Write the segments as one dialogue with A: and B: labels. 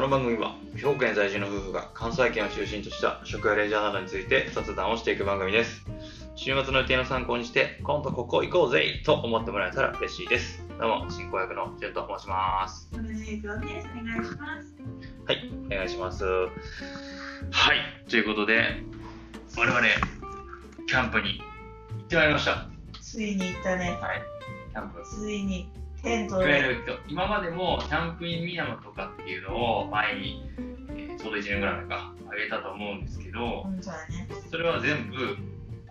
A: の番組は兵庫県在住の夫婦が関西圏を中心とした食やレジャーなどについて雑談をしていく番組です週末の予定の参考にして今度ここ行こうぜと思ってもらえたら嬉しいですどうも進行役のじゅんと申します
B: お願いします。
A: はいお願いしますはいということで我々キャンプに行ってまいりましたは
B: ついに行ったね。
A: いキャンプ
B: ついにテント
A: いわゆ
B: で。
A: る今までもキャンプインミナムとかっていうのを前に、えーちょうど1年ぐらい前かあげたと思うんですけど
B: うん、そうだね。
A: それは全部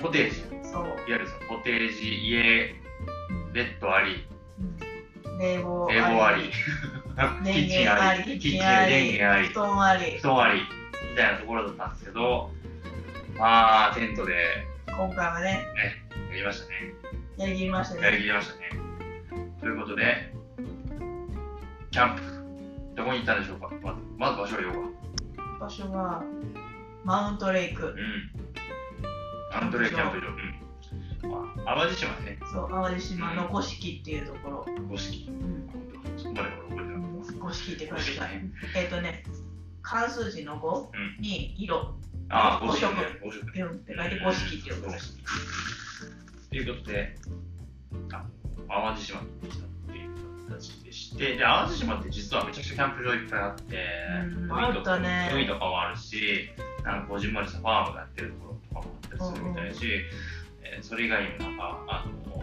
A: コテージい
B: そう。
A: わゆるそのコテージ家ベッドあり
B: うん冷房
A: 冷房ありキッ
B: 電
A: チン
B: 源
A: あ
B: あ
A: り
B: り、
A: キッチンあり電源あり
B: 布団あり
A: 布。団ありみたいなところだったんですけどまあテントで
B: 今回はね、
A: やりましたね
B: やりきりました
A: やり
B: ね。
A: きりましたねということでキャンプどこに行ったんでしょうかまずまず場所を言おうか
B: 場所はマウントレイク。
A: うん。アントレーキャンプ場。うん。まあ、淡路島ね、
B: そう、淡路
A: う
B: 島
A: ん
B: の五色っていうところ。
A: 五色。
B: うん
A: そこまで俺覚えてなかっ
B: 五色って
A: た。五
B: 書いて
A: 色
B: た。
A: ね。
B: えっとね、関数字の五
A: う
B: に色、
A: ああ、
B: 五
A: 五色
B: 色
A: ね。五色ね。
B: うんって書いて五色っていう
A: 五色ということで、あ淡路島に行ってきたっていう形でして、で、淡路島って実はめちゃくちゃキャンプ場いっぱいあって、
B: うん
A: 海とか
B: あったね
A: 海とかもあるし、なんかこじんまりしたファームがやってるところとかもあったりするみたいだし、えーそれ以外にもなんか、あの、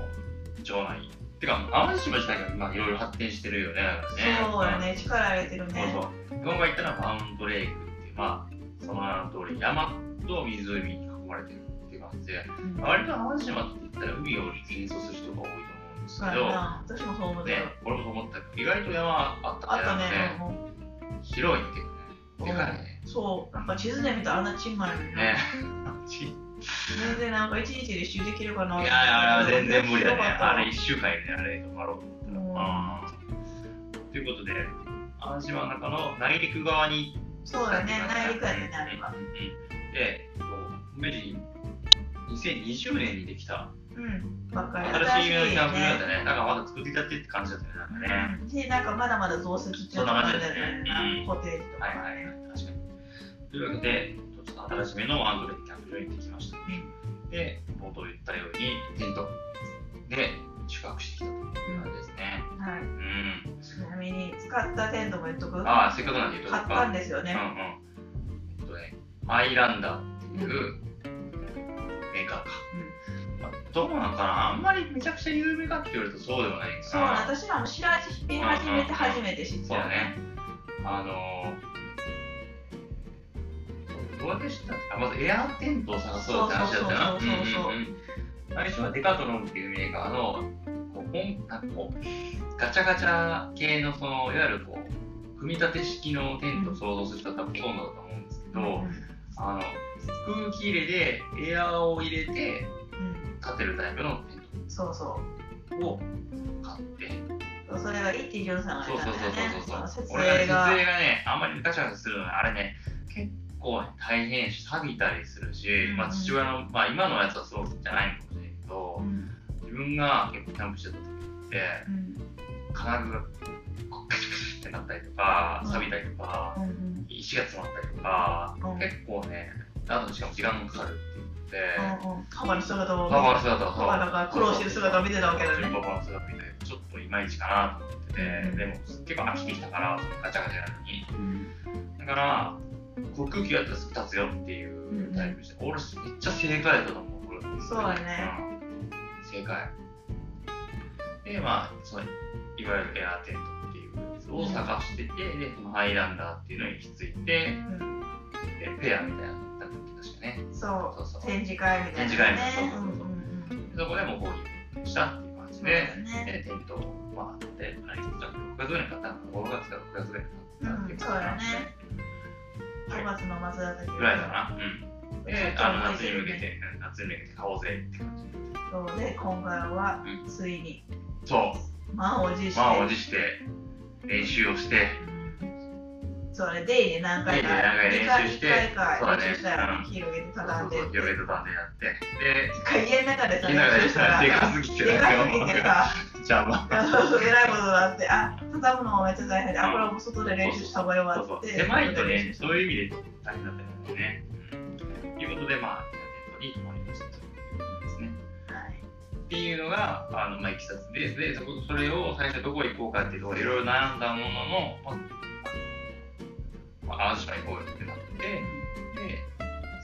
A: 町内、てか、淡路島自体がまあいろいろ発展してるよね。なんか
B: そうやね、力入れてる
A: そう
B: ね。
A: そう。今回行ったのはマウントレイクっていう、まあ、その名の通り、山と湖に囲まれてるっていう感じで、
B: うん
A: 割と淡路島って言ったら海を連想する人が多いと思うんです
B: そ
A: け
B: うや
A: ど、
B: な私もそう思って
A: ね
B: た。、
A: 俺もそう思ったけど、意外と山あった
B: あ
A: ね
B: ったね、
A: なんか
B: うん
A: 広いっていうかね、でかいね。
B: そう、なんか地図で見たらあんなちんまいのにな
A: ね
B: 全然なんか一日で集できるか
A: い
B: な
A: やいや、あれは全然無理だね。
B: よかったわ
A: あれ1週間やね、あれ、頑張ろうと
B: う
A: 思
B: ん
A: ったら。うんということで、淡路島の中の内陸側に
B: そうだね、内陸やね、あれは。
A: で、こう明治2020年にできた
B: うん、ばっかり。
A: 新しいキャンプ場だっ
B: ね
A: たね。なんかまだ作ってきたってって感じだったよね。なんかね。
B: うんで、なんかまだまだ増設中の感じだったよね
A: そんな感じですねうん
B: コテージとか
A: はいはいはい
B: ね。、
A: 確かに。というわけで、ちょっと新しめのアンドレイキャンプ場に行ってきました。で、冒頭言ったように、テントで宿泊してきたという感じですね。
B: はい
A: うん。
B: ちなみに、使ったテントも言っとく。買
A: ああ、せっかくなんで言うと
B: っ
A: こう
B: たん
A: か。
B: ですよ
A: うんう
B: ね。
A: ん。えっとね、アイランダーっていうメーカーか。どうなんかなあんまりめちゃくちゃ有名かって言われるとそうではないんかな
B: そう、私らも知らず、知り始めて初めて知っ
A: そ
B: た
A: う
B: よ
A: だね。あのー、どうやって知ったんですかまずエアーテントを探そうって話だったよな。
B: そうそうそうそ
A: う
B: う
A: んうんうん最初はデカトロンっていうメーカーの、こう、本なんかこう、ガチャガチャ系の、その、いわゆるこう、組み立て式のテントを想像する人は多分ほとんどだと思うんですけど、あの、空気入れでエアーを入れて
B: うん
A: 立てるタイプのテン
B: うんそうそう
A: トを買って、
B: そう。それが一気ジョンさんが
A: そう
B: 言っ
A: そう
B: たんだよね。
A: そうそうそう
B: そ
A: そう。
B: の
A: 俺がね
B: 設営
A: 設
B: が
A: 営。がね、あんまりガシャガシャするのね、あれね、結構ね、大変やし、錆びたりするし、
B: うん
A: まあ父親の、まあ今のやつはそうじゃないのかもしれないけど
B: う、ん
A: 自分が結構キャンプしてた時って、
B: うん
A: 金具がこうカチャカチャってなったりとか、
B: うん
A: 錆びたりとか、
B: うんうん
A: 石が詰まったりとか、
B: うん
A: 結構ね、あとしかも時間がかかるっていうので、
B: パパの姿を
A: パパの姿と、
B: パパなんか苦労してる姿を見てたわけだね。
A: パパの姿見て、ちょっといまいちかなと思ってて、でも結構飽きてきたから、ガチャガチャなのに。だから、こう空気が立つよっていうタイプでした。俺、めっちゃ正解だと思う、これ。
B: そうだね。
A: うん、正解。で、まあ、そのいわゆるエアーテントっていうやつを探してて、で、そのハイランダーっていうのに行き着いて、
B: うん
A: でペアみたいなのだったっけ、確かね。
B: そ
A: そうそう
B: う、。展示会みたいなね。
A: 展示会みたいな
B: う
A: そう
B: ん
A: そうそう
B: うんうん
A: そこでもう購入したっていう感じ
B: そう
A: で。
B: だ
A: え
B: ね。
A: ー、テントを、まあ、で、あれ、6月ぐらいに買ったのか、5月から6月ぐらいに買ったっていう
B: うんそうだ
A: か
B: ね5月の松田
A: ぐらい
B: だ
A: かな。うん。で、あの、夏に向けて、うん夏に向けて買おうぜって感じ。
B: そうで、今回は
A: う
B: ついに
A: そう、
B: 満を持して。
A: 満を持して、練習をして、
B: そうね、デイで何回か、
A: デイで何回練習して
B: 二回か
A: そうだね
B: 練習したら
A: うん
B: 広げて
A: そう
B: 畳んで
A: そう、。ヨベトタンでやって、で、
B: 一回家の中でさ、
A: 家の中で
B: 練習
A: したら、でかすぎて、
B: でかい時
A: なんか
B: にさ、
A: ちゃうわ。
B: あそうえらいことだって、あ、畳むのもめっちゃ大変で、あ、これはもう外で練習した方がよ
A: そ
B: か
A: うそう
B: って。
A: 狭いとね、そういう意味で大変だったりするんでね。うんということで、まあ、テントに泊まりましたということですね。
B: はい
A: っていうのが、あのまあ、いきさつで、でそこそれを最初どこ行こうかっていうところいろいろ悩んだものの、まあ、まあ、淡路島行こうよってなって、で、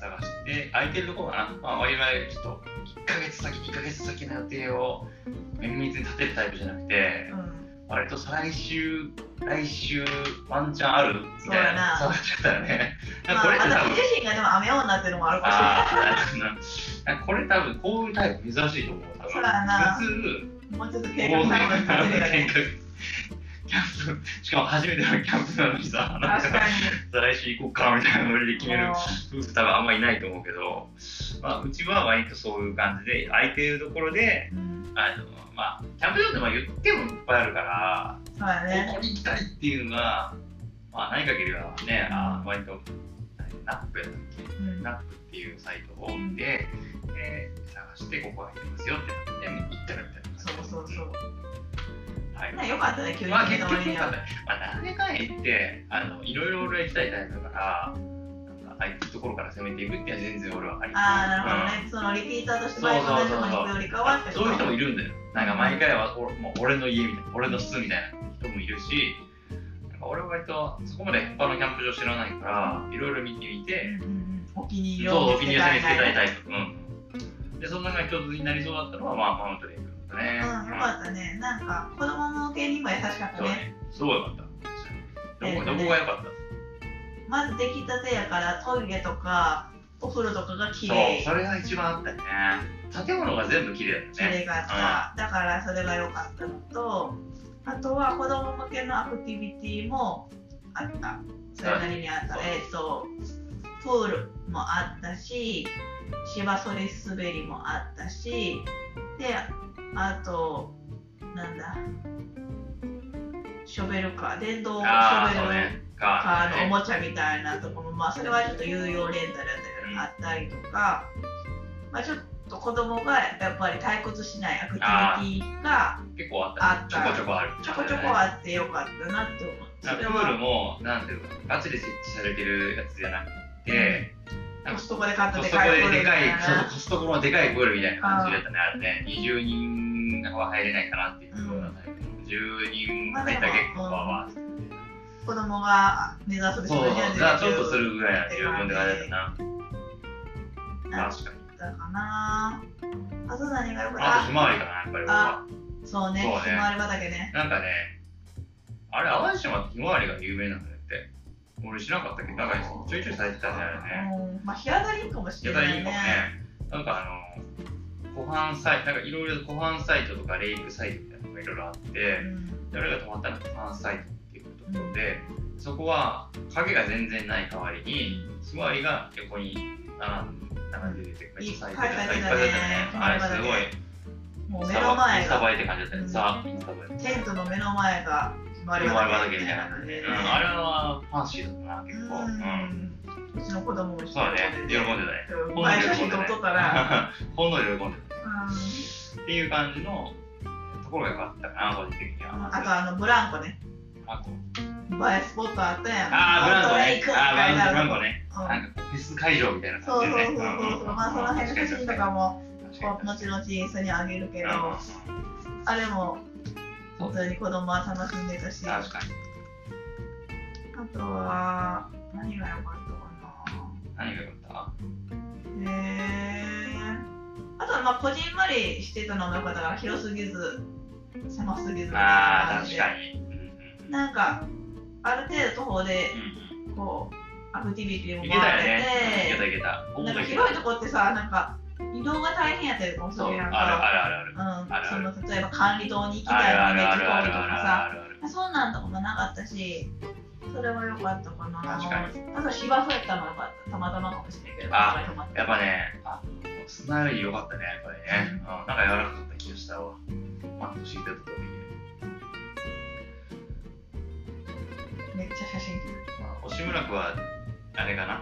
A: 探して、空いてるところかな、まあ、我々ちょっと1ヶ月先、2ヶ月先の予定を綿密に立てるタイプじゃなくて、
B: うん
A: 割と再来週、来週、ワンチャンあるみたいな、
B: そうだ
A: 探
B: な
A: しちゃったよね。なん
B: ま
A: か
B: あ、
A: これって多
B: 私
A: 分、
B: 自身がでも雨女になってるのもあるかもしれない
A: あーなんかなんかこれ多分、こういうタイプ珍しいと思う。多分
B: そうだな
A: 普通
B: もうちょっと
A: 大勢
B: 計画の方がいいかもしれない
A: 見学キャンプしかも初めてのキャンプなのにさなん
B: 確
A: か
B: か
A: 再来週行こうかみたいなノリで決
B: に。
A: める
B: も
A: 夫婦多分あんまいないと思うけど、まあ、うちは割とそういう感じで空いてるところで
B: ううん
A: あの、まあ、キャンプ場ってまあ言ってもいっぱいあるか
B: そうだ
A: ら、
B: ね。
A: ここに行きたいっていうのが、まあ、何かければねあ割とナップやったっけ
B: うん
A: ナップっていうサイトを見て、で探してここが行きますよってなって行ったらみたいな
B: そうそうそう。
A: はい
B: なよかったね、急に
A: まあ
B: 決
A: 結局
B: めた割に
A: な
B: は
A: んか、まあ、何でかんや言ってあのいろいろ俺は行きたいタイプだからなんかああいうところから攻めていくっていうのは全然俺はあり
B: ああ、なるほどね。そのリピーターとしてバイトのとこに行くよりかはって
A: そういう人もいるんだよなんか
B: うん
A: 毎回はおもう俺の家みたいな俺の室みたいな人もいるしなんか俺は割とそこまで一般のキャンプ場知らないからいろいろ見てみ
B: うん
A: て
B: うんうんお気に入り
A: そう
B: を
A: お気に入りを攻めつけたいタ
B: イ
A: イプ、うん、でその中に一つになりそうだったのはまあマウントレークだったね
B: うん、よかったね。なんか、子供向けにも優しかった
A: そう
B: ね。
A: ねすごいよかったどこどこが良かった
B: まず出来たてやから、トイレとか、お風呂とかが綺
A: そう
B: 麗、
A: それが一番あったよね建物が全部綺麗
B: 綺
A: だよね
B: 麗があった。だから、それが良かったのと、あとは子供向けのアクティビティもあった。それなりにあった。
A: そう
B: えっ、と、プールもあったし、芝そり滑りもあったし、で、あと、なんだ、ショベルカー、電動シ
A: ああ
B: ョベ
A: そう
B: ル
A: ね
B: か
A: カ
B: あのお
A: ーね
B: もちゃみたいなとこも、まあ、それはちょっと有用レンタルだったりあったりとか、まあ、ちょっと子供がやっぱり退屈しないアクティビティが
A: 結構あった
B: あった
A: ちょこちょこある
B: ちょこちょこあってよかったなって思
A: ラ
B: って
A: プールもなんていうのガチで設置されてるやつじゃなくて、なん
B: コ
A: か
B: ストコで買った
A: コ
B: で
A: ストコ
B: かい
A: ででかい
B: プールみたな
A: コストコのでかいプールみたいな感じだったねあれね20人は入れないかなっていうようなタイプの10人入ったら結構わわ
B: 子供が目指すべ
A: そうそうがちょっとするぐらいは十分であれだな
B: だ
A: 確かに
B: ったかなあと何がよかっ
A: あと
B: た
A: ひまわりかなやっぱり俺は
B: あそうね
A: そうね
B: ひまわり畑ね
A: なんかね、あれ、淡路島ってひまわりが有名なんだって。俺知らなかったけど、なんかちょいちょい咲いてたんだよね。
B: うんまあ日当たりいいかもし
A: や
B: れ
A: た
B: な
A: らい
B: い
A: いかもね
B: ね。
A: なんかあの、湖畔サイト、なんかいろいろ湖畔サイトとかレイクサイトみたいなのがいろいろあって、
B: うん
A: で俺が泊まったのが湖畔サイトっていうところで、そこは影が全然ない代わりに、ひまわりが横に並んで、並んで出てくる。
B: いっぱ
A: 咲
B: い
A: てたいっぱい
B: 咲
A: 出
B: いて
A: たね。
B: たね
A: あれすごい、
B: もう目の前
A: イン
B: が
A: スタ映えって感じだったね。ザ・インスタ映え。
B: テントの目の前がひまわり
A: 丸丸
B: 畑
A: 畑みたいな感じで、うん、あれはファンシーだったな、結構。うん。
B: うんうちの子供も一
A: そうだね、喜んでたね。
B: うん前写真 撮っとったら、
A: ほんのり喜んでた。
B: うん
A: っていう感じのところが良かったかな、個人的には。
B: あとあのブランコね
A: あと
B: 映えスポットあったやん
A: あー、ブランコ
B: あ
A: ね。あー、ブランコ
B: ね
A: ね。なんかこうフェス会場みたいな
B: そう
A: 感
B: そう
A: じ
B: そ
A: で
B: うそ
A: ね。
B: うそうまあその辺の写真とかもこう
A: も。
B: 後々インスタにあげるけどあれも普通に子供は楽しんでたしあ
A: 確かに。
B: とは何が良かったかな
A: 何が良かっ
B: へえあとはまあこじんまりしてたのもよかったから広すぎず狭すぎずみたい
A: た
B: な
A: ああ、
B: 感じ
A: 確
B: で
A: かに。うんうん
B: なんかある程度徒歩で
A: うん
B: こうアクティビティ
A: う
B: も
A: ん。いけたよ
B: 回れ
A: ね。いけたいけた。
B: てなんか広いとこってさなんか移動が大変やったりとかもす
A: そう、あ
B: る
A: る
B: やん
A: あ
B: か
A: るあるある。ある
B: う
A: ある
B: んその例えば管理棟に行き
A: あ
B: たい
A: るあ
B: の
A: る
B: で
A: あ
B: 行こう
A: るあ
B: と
A: る
B: か
A: あるある。
B: さそんなんとかもなかったしそれは良かったかな
A: 確か
B: あと芝生やったのも良かったたまたまかもしれんけど
A: あ
B: たまたま
A: やっぱね、あの砂より良かったね、やっぱりね。うん、なんか柔らかかった気がしたわ。マット敷いてたとこで、
B: めっちゃ写真撮る
A: まあ、押村区は、あれかな、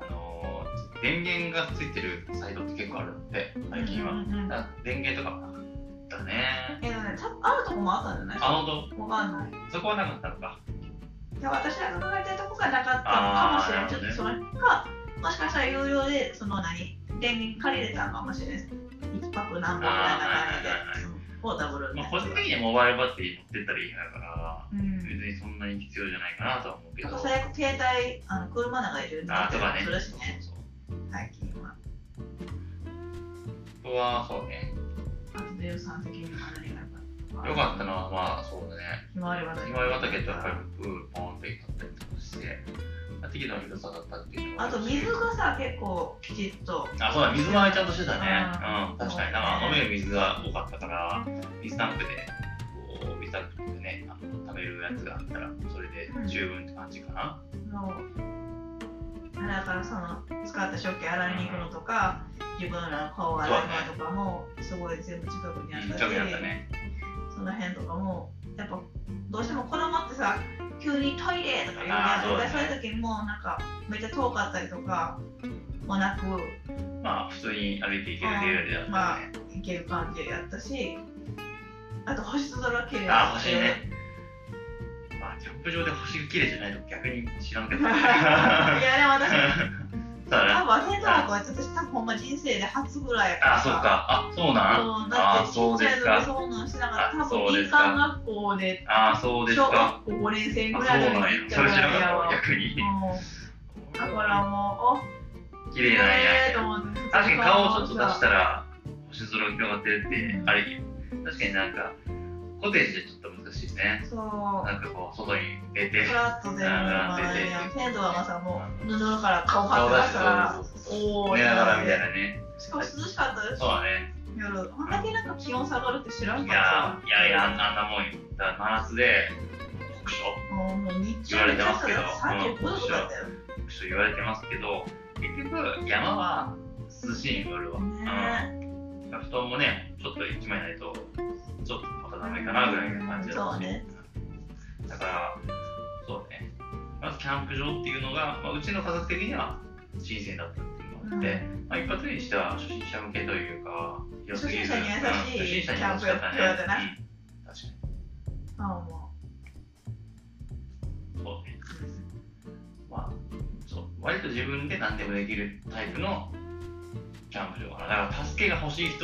A: あのー電源がついてるサイトって結構あるんで、最近は。
B: うんうんうん
A: だから電源とかもなかったね。
B: えーとね、たあるとこもあったんじゃない
A: あ、本
B: わかんない。
A: 当そこはなかったのか。
B: いや私が考えてるとこがなかったのかもしれない。
A: あー
B: ちょっとそれか、もしかしたら有料で、その何、電源借りれたのかもしれないです。1泊
A: あーはい
B: 何本みたいな
A: はいはい
B: 感じで、うんポータブルみ
A: ま
B: た
A: あ、
B: い
A: 個
B: な。
A: 人的にはモバイルバッテリー持ってったらいいだから、
B: うん
A: 別にそんなに必要じゃないかなとは思うけ
B: な
A: ど。
B: んか最悪携帯、あの車の中で充電
A: あ
B: っ
A: と
B: た
A: かね。
B: りするしね、
A: そうそう
B: 最近は。
A: あとは、そうね。
B: あと、デルさん的には何が
A: 良
B: 良
A: か
B: か
A: っ
B: ったた
A: のは、まあ、そうだね。
B: ひまわり畑。
A: ひまわり畑とやっぱりプールポーンって買ったりとかして、まあ適度な広さだったっていうのが
B: あと、水がさ、結構きちっと。
A: あ、そうだ、水回りちゃんとしてたね。
B: あ
A: うん、
B: ー
A: 確かに。なんか飲める水が多かったから、水タンクで、こう、水タンクでね、あの食べるやつがあったら、それで十分って感じかな。
B: のだからその使った食器洗いに行くのとか、自分らの顔を洗うのとかもすごい全部近くにあ
A: うん、
B: っ
A: 近
B: た
A: く
B: し、
A: にあったね。
B: その辺とかもやっぱどうしても子供ってさ急にトイレとか
A: あ
B: 言うや
A: ー
B: つ
A: そう
B: と
A: だね
B: かそういう時もなんかめっちゃ遠かったりとかもなく
A: まあ、普通に歩いていけるレベルであった
B: まあ
A: ね。
B: 行ける感じやったしあと星空綺麗
A: あ
B: だ
A: ー、
B: っ
A: 星
B: た
A: ね。まあ、キャンプ場で星が綺麗じゃないと逆に知らんけ ど。そ
B: い
A: う
B: や でも私
A: だ
B: 多
A: ね。
B: 分テント泊は私多分ほんま人生で初ぐらいやから
A: あ、そっか。あ、そうなん。
B: うんだ
A: あー
B: って
A: そ
B: 小
A: う
B: さ
A: で
B: い
A: す
B: 時
A: か
B: そうなんしてなかった
A: あ
B: 多
A: そう
B: 分
A: です
B: 林
A: か
B: 間学校で
A: あー、そうです
B: 小
A: か。
B: 学校5年生
A: あ、そう
B: ぐらいの
A: なんや
B: 時。
A: それ知らな
B: や
A: かっ
B: わ
A: た、逆に。
B: うんだからもうお
A: 綺麗なんや。
B: ええと思って
A: 確かに顔をちょっと出したら星空が広がってるってあれ確かになんかコテージでちょっと難しいね
B: そう
A: なんかこう外に出て
B: フラットでテントはまさもう布から顔
A: 顔
B: 張って
A: 出
B: ま
A: し
B: したたから
A: ら
B: おお
A: 寝ながらみたいなね
B: しかも涼しかったでし
A: そうだね
B: 夜あんだけなんか気温下がるって知らん
A: い
B: かった
A: やいやいやあんなもんよだから真夏で酷暑
B: もうもう日中めちゃくちゃ35度とかだったよ
A: 酷暑言われてますけど結局山は涼しいの夜は、
B: ね
A: うん、布団もねちょっと一枚ないとちょっとまたダメかなぐらいの感じだったし
B: そうね
A: だからそうねまずキャンプ場っていうのが、まあ、うちの家族的には新鮮だったっていうのがあって、まあ、一発目にしては初心者向けというか広すぎず
B: 初心者に優しい
A: うん初心者に優しかったね
B: キャンプやってたな
A: うん確か
B: あも
A: にそうね
B: う
A: まあ、そう割と自分で何でもできるタイプのキャンプ場かな。だから助けが欲しい人、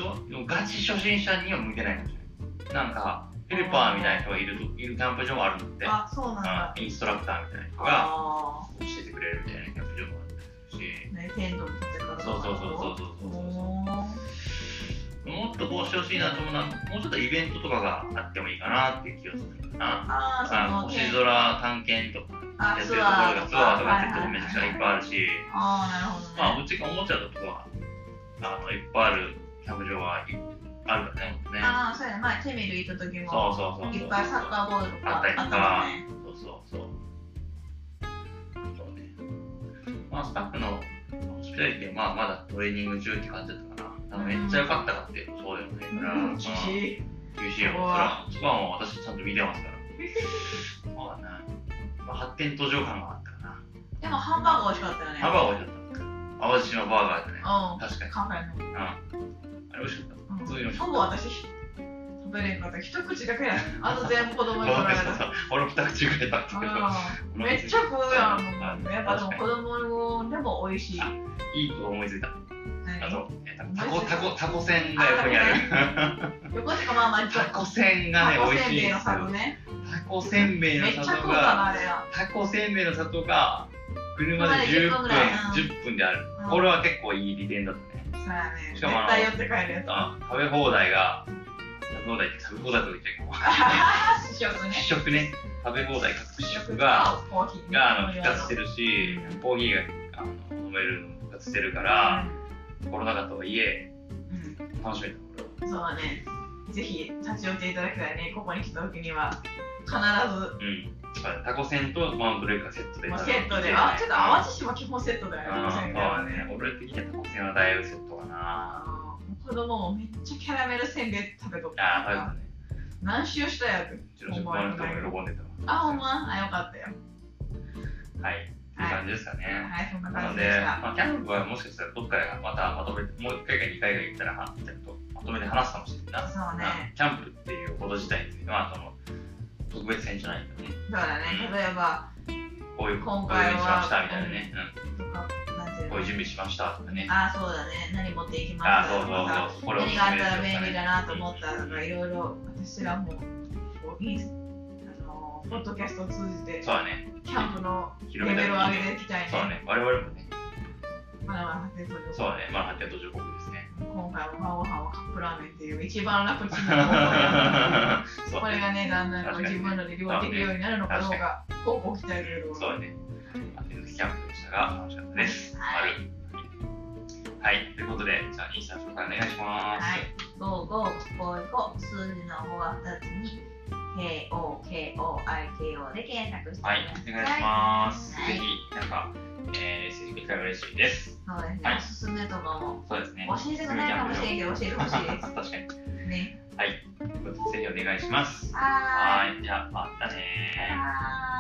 A: ガチ初心者には向いてないかもしれない。なんか、ヘルパーみたいな人がいるといるキャンプ場もあるんで、
B: あそうなんだ
A: うんインストラクターみたいな人が
B: あ
A: 教えてくれるみたいなキャンプ場もあったりするし、
B: あ、ね、テント持ってから
A: そうそうそうそうそうそうそうそう。もっとこうしてほしいなと思うのは、もうちょっとイベントとかがあってもいいかなっていう気がするかな。
B: あ
A: あの
B: あ、
A: 星空探検とかやってるところがツアーとかってめちゃくちゃいっぱいあるし。
B: ああ、な
A: まあ、う
B: るほど、ね。
A: ちがおもちゃのとこは、あの、いっぱいあるキャンプ場はいあるからね。ね
B: ああ、そうや、前、テミル行った時
A: そ
B: も、
A: うそうそうそう。
B: いっぱいサッカーボールとかもんね。
A: そうそうそう。そうね。まあ、スタッフのホスピタリティは、まあ、まだトレーニング中って感じだったかな。あのめっちゃ良かったかって、そうでもないから、
B: うん、
A: 厳
B: 厳
A: しい
B: しい。
A: よ、そら、そこはもう私ちゃんと見てます から。そうだな。まあ、発展途上感があったかな。
B: でも、ハンバーガー美味しかったよね。
A: ハンバーガー置いてあった。淡路島バーガーだね。
B: ー
A: 確かに。
B: うん、カフェの。
A: うん。あれ美味しかった。
B: うん、
A: そういうの
B: ほぼ私、食べれんかっ た。一口だけや。あと全部子供に取られた。
A: 俺も二口ぐらいだったけど、
B: うん、めっちゃ食うやん。やっぱでも子供でも美味しい。
A: いいこと思いついた。あ
B: 何
A: と、えータコ、タコ、タコ船が横にある。
B: 横しかまあまあ、
A: タコ船がね、美味しいんです
B: タコせんべいの
A: よタコせんべいの
B: 里。ね。めっちゃ食
A: 里
B: うたな
A: が、
B: あれは。
A: タコせんべいの里が、車で10分、
B: 車で
A: 10分である。
B: うん
A: これは結構いい利点だったね。
B: そうやね。
A: し
B: 絶
A: かもあの
B: 対寄って帰るやつ。
A: あ食べ放題が、食べ放題って食べ放題とか言っちゃいけど、
B: あ試食 ね。
A: 試食ね、食べ放題、各試食が、、
B: コーヒー
A: があの復活して
B: る
A: るし、コーヒーがあの飲めるのも復活してるから、コロナ禍とはいえ、
B: うん、
A: 楽しめたこ
B: うんそうね。ぜひ立ち寄っていただきたいね。ここに来た時には
A: れう
B: 必
A: ん。タコ船とマウントレイクがセットで。
B: ず、まあ、セットで。あ、ちょっと淡路島基本セットだよね。
A: うん、
B: 温
A: そう
B: 泉街は
A: だね。。俺的にはタコ船はだいぶセットかな。
B: あの子供もめっちゃキャラメルせんべい食べとった
A: ああ、そうだね。
B: 何周したやつ。
A: うちの職場の人も喜んでたわ。
B: あ、ほんまあ、よかったよ。
A: はい。っていう感じですかね。
B: はい、そんな
A: な
B: 感
A: の
B: じで
A: で、
B: した。
A: まあ、キャンプはもしかしたらどっかでまたまとめて、もう一回か二回か行ったら、ちゃんとまとめて話すかもしれないな。
B: そうね。
A: キャンプっていうこと自体については、その特別編じゃないんだよね。
B: だからね例えば
A: こういう
B: 今回は
A: こういうのにしましたみたいなね、
B: とかなんて
A: うん、
B: いう
A: こう
B: の
A: いう準備しましたとかね。
B: ああそうだね何持っていきま
A: あ
B: す
A: そう
B: とかさ
A: そうそう、これを
B: 何があったら便利だなと思
A: っ
B: ったとかいろいろ私らもこうインスあのポッドキャストを通じて
A: そうだね、
B: キャンプのレ
A: 広
B: ベ
A: め
B: ルを
A: た
B: 上
A: い
B: げ
A: ね。
B: ていきたい
A: そうだ
B: ね。
A: ね、我々もね、
B: まだまだ発展途
A: そう
B: 上
A: だね、まあ、発展途上国ですね。
B: 今回も晩ご飯はカップラーメンっていう一番楽ちんな方法や
A: そう
B: こ
A: だ
B: れ
A: ね、
B: がね、だんだんこう
A: 確かに
B: 自分らで料理できるようになるのかどうか、こうご期待というとこ
A: そう
B: ろ
A: だね。まあ手抜きキャンプでしたが、楽しかったです。
B: はい
A: はい、ということで、じゃあ、インスタの紹介お願いします。
B: はい、5、5、5、5、数字の5は2つに、KOKOIKO で検索してくださ。
A: はいい、お願いします。
B: は
A: ぜ
B: い
A: ひ、なんか、えー、接してくれ嬉しいです。
B: そうですね、
A: はい
B: おすすめとかも
A: そうですね。
B: 教えてくれないかもしれんけど、教えてほしい で
A: 確かに。ぜ
B: すね。
A: ひお願いします。
B: はーい。
A: はい、じゃあ、またねー。
B: バイバーイ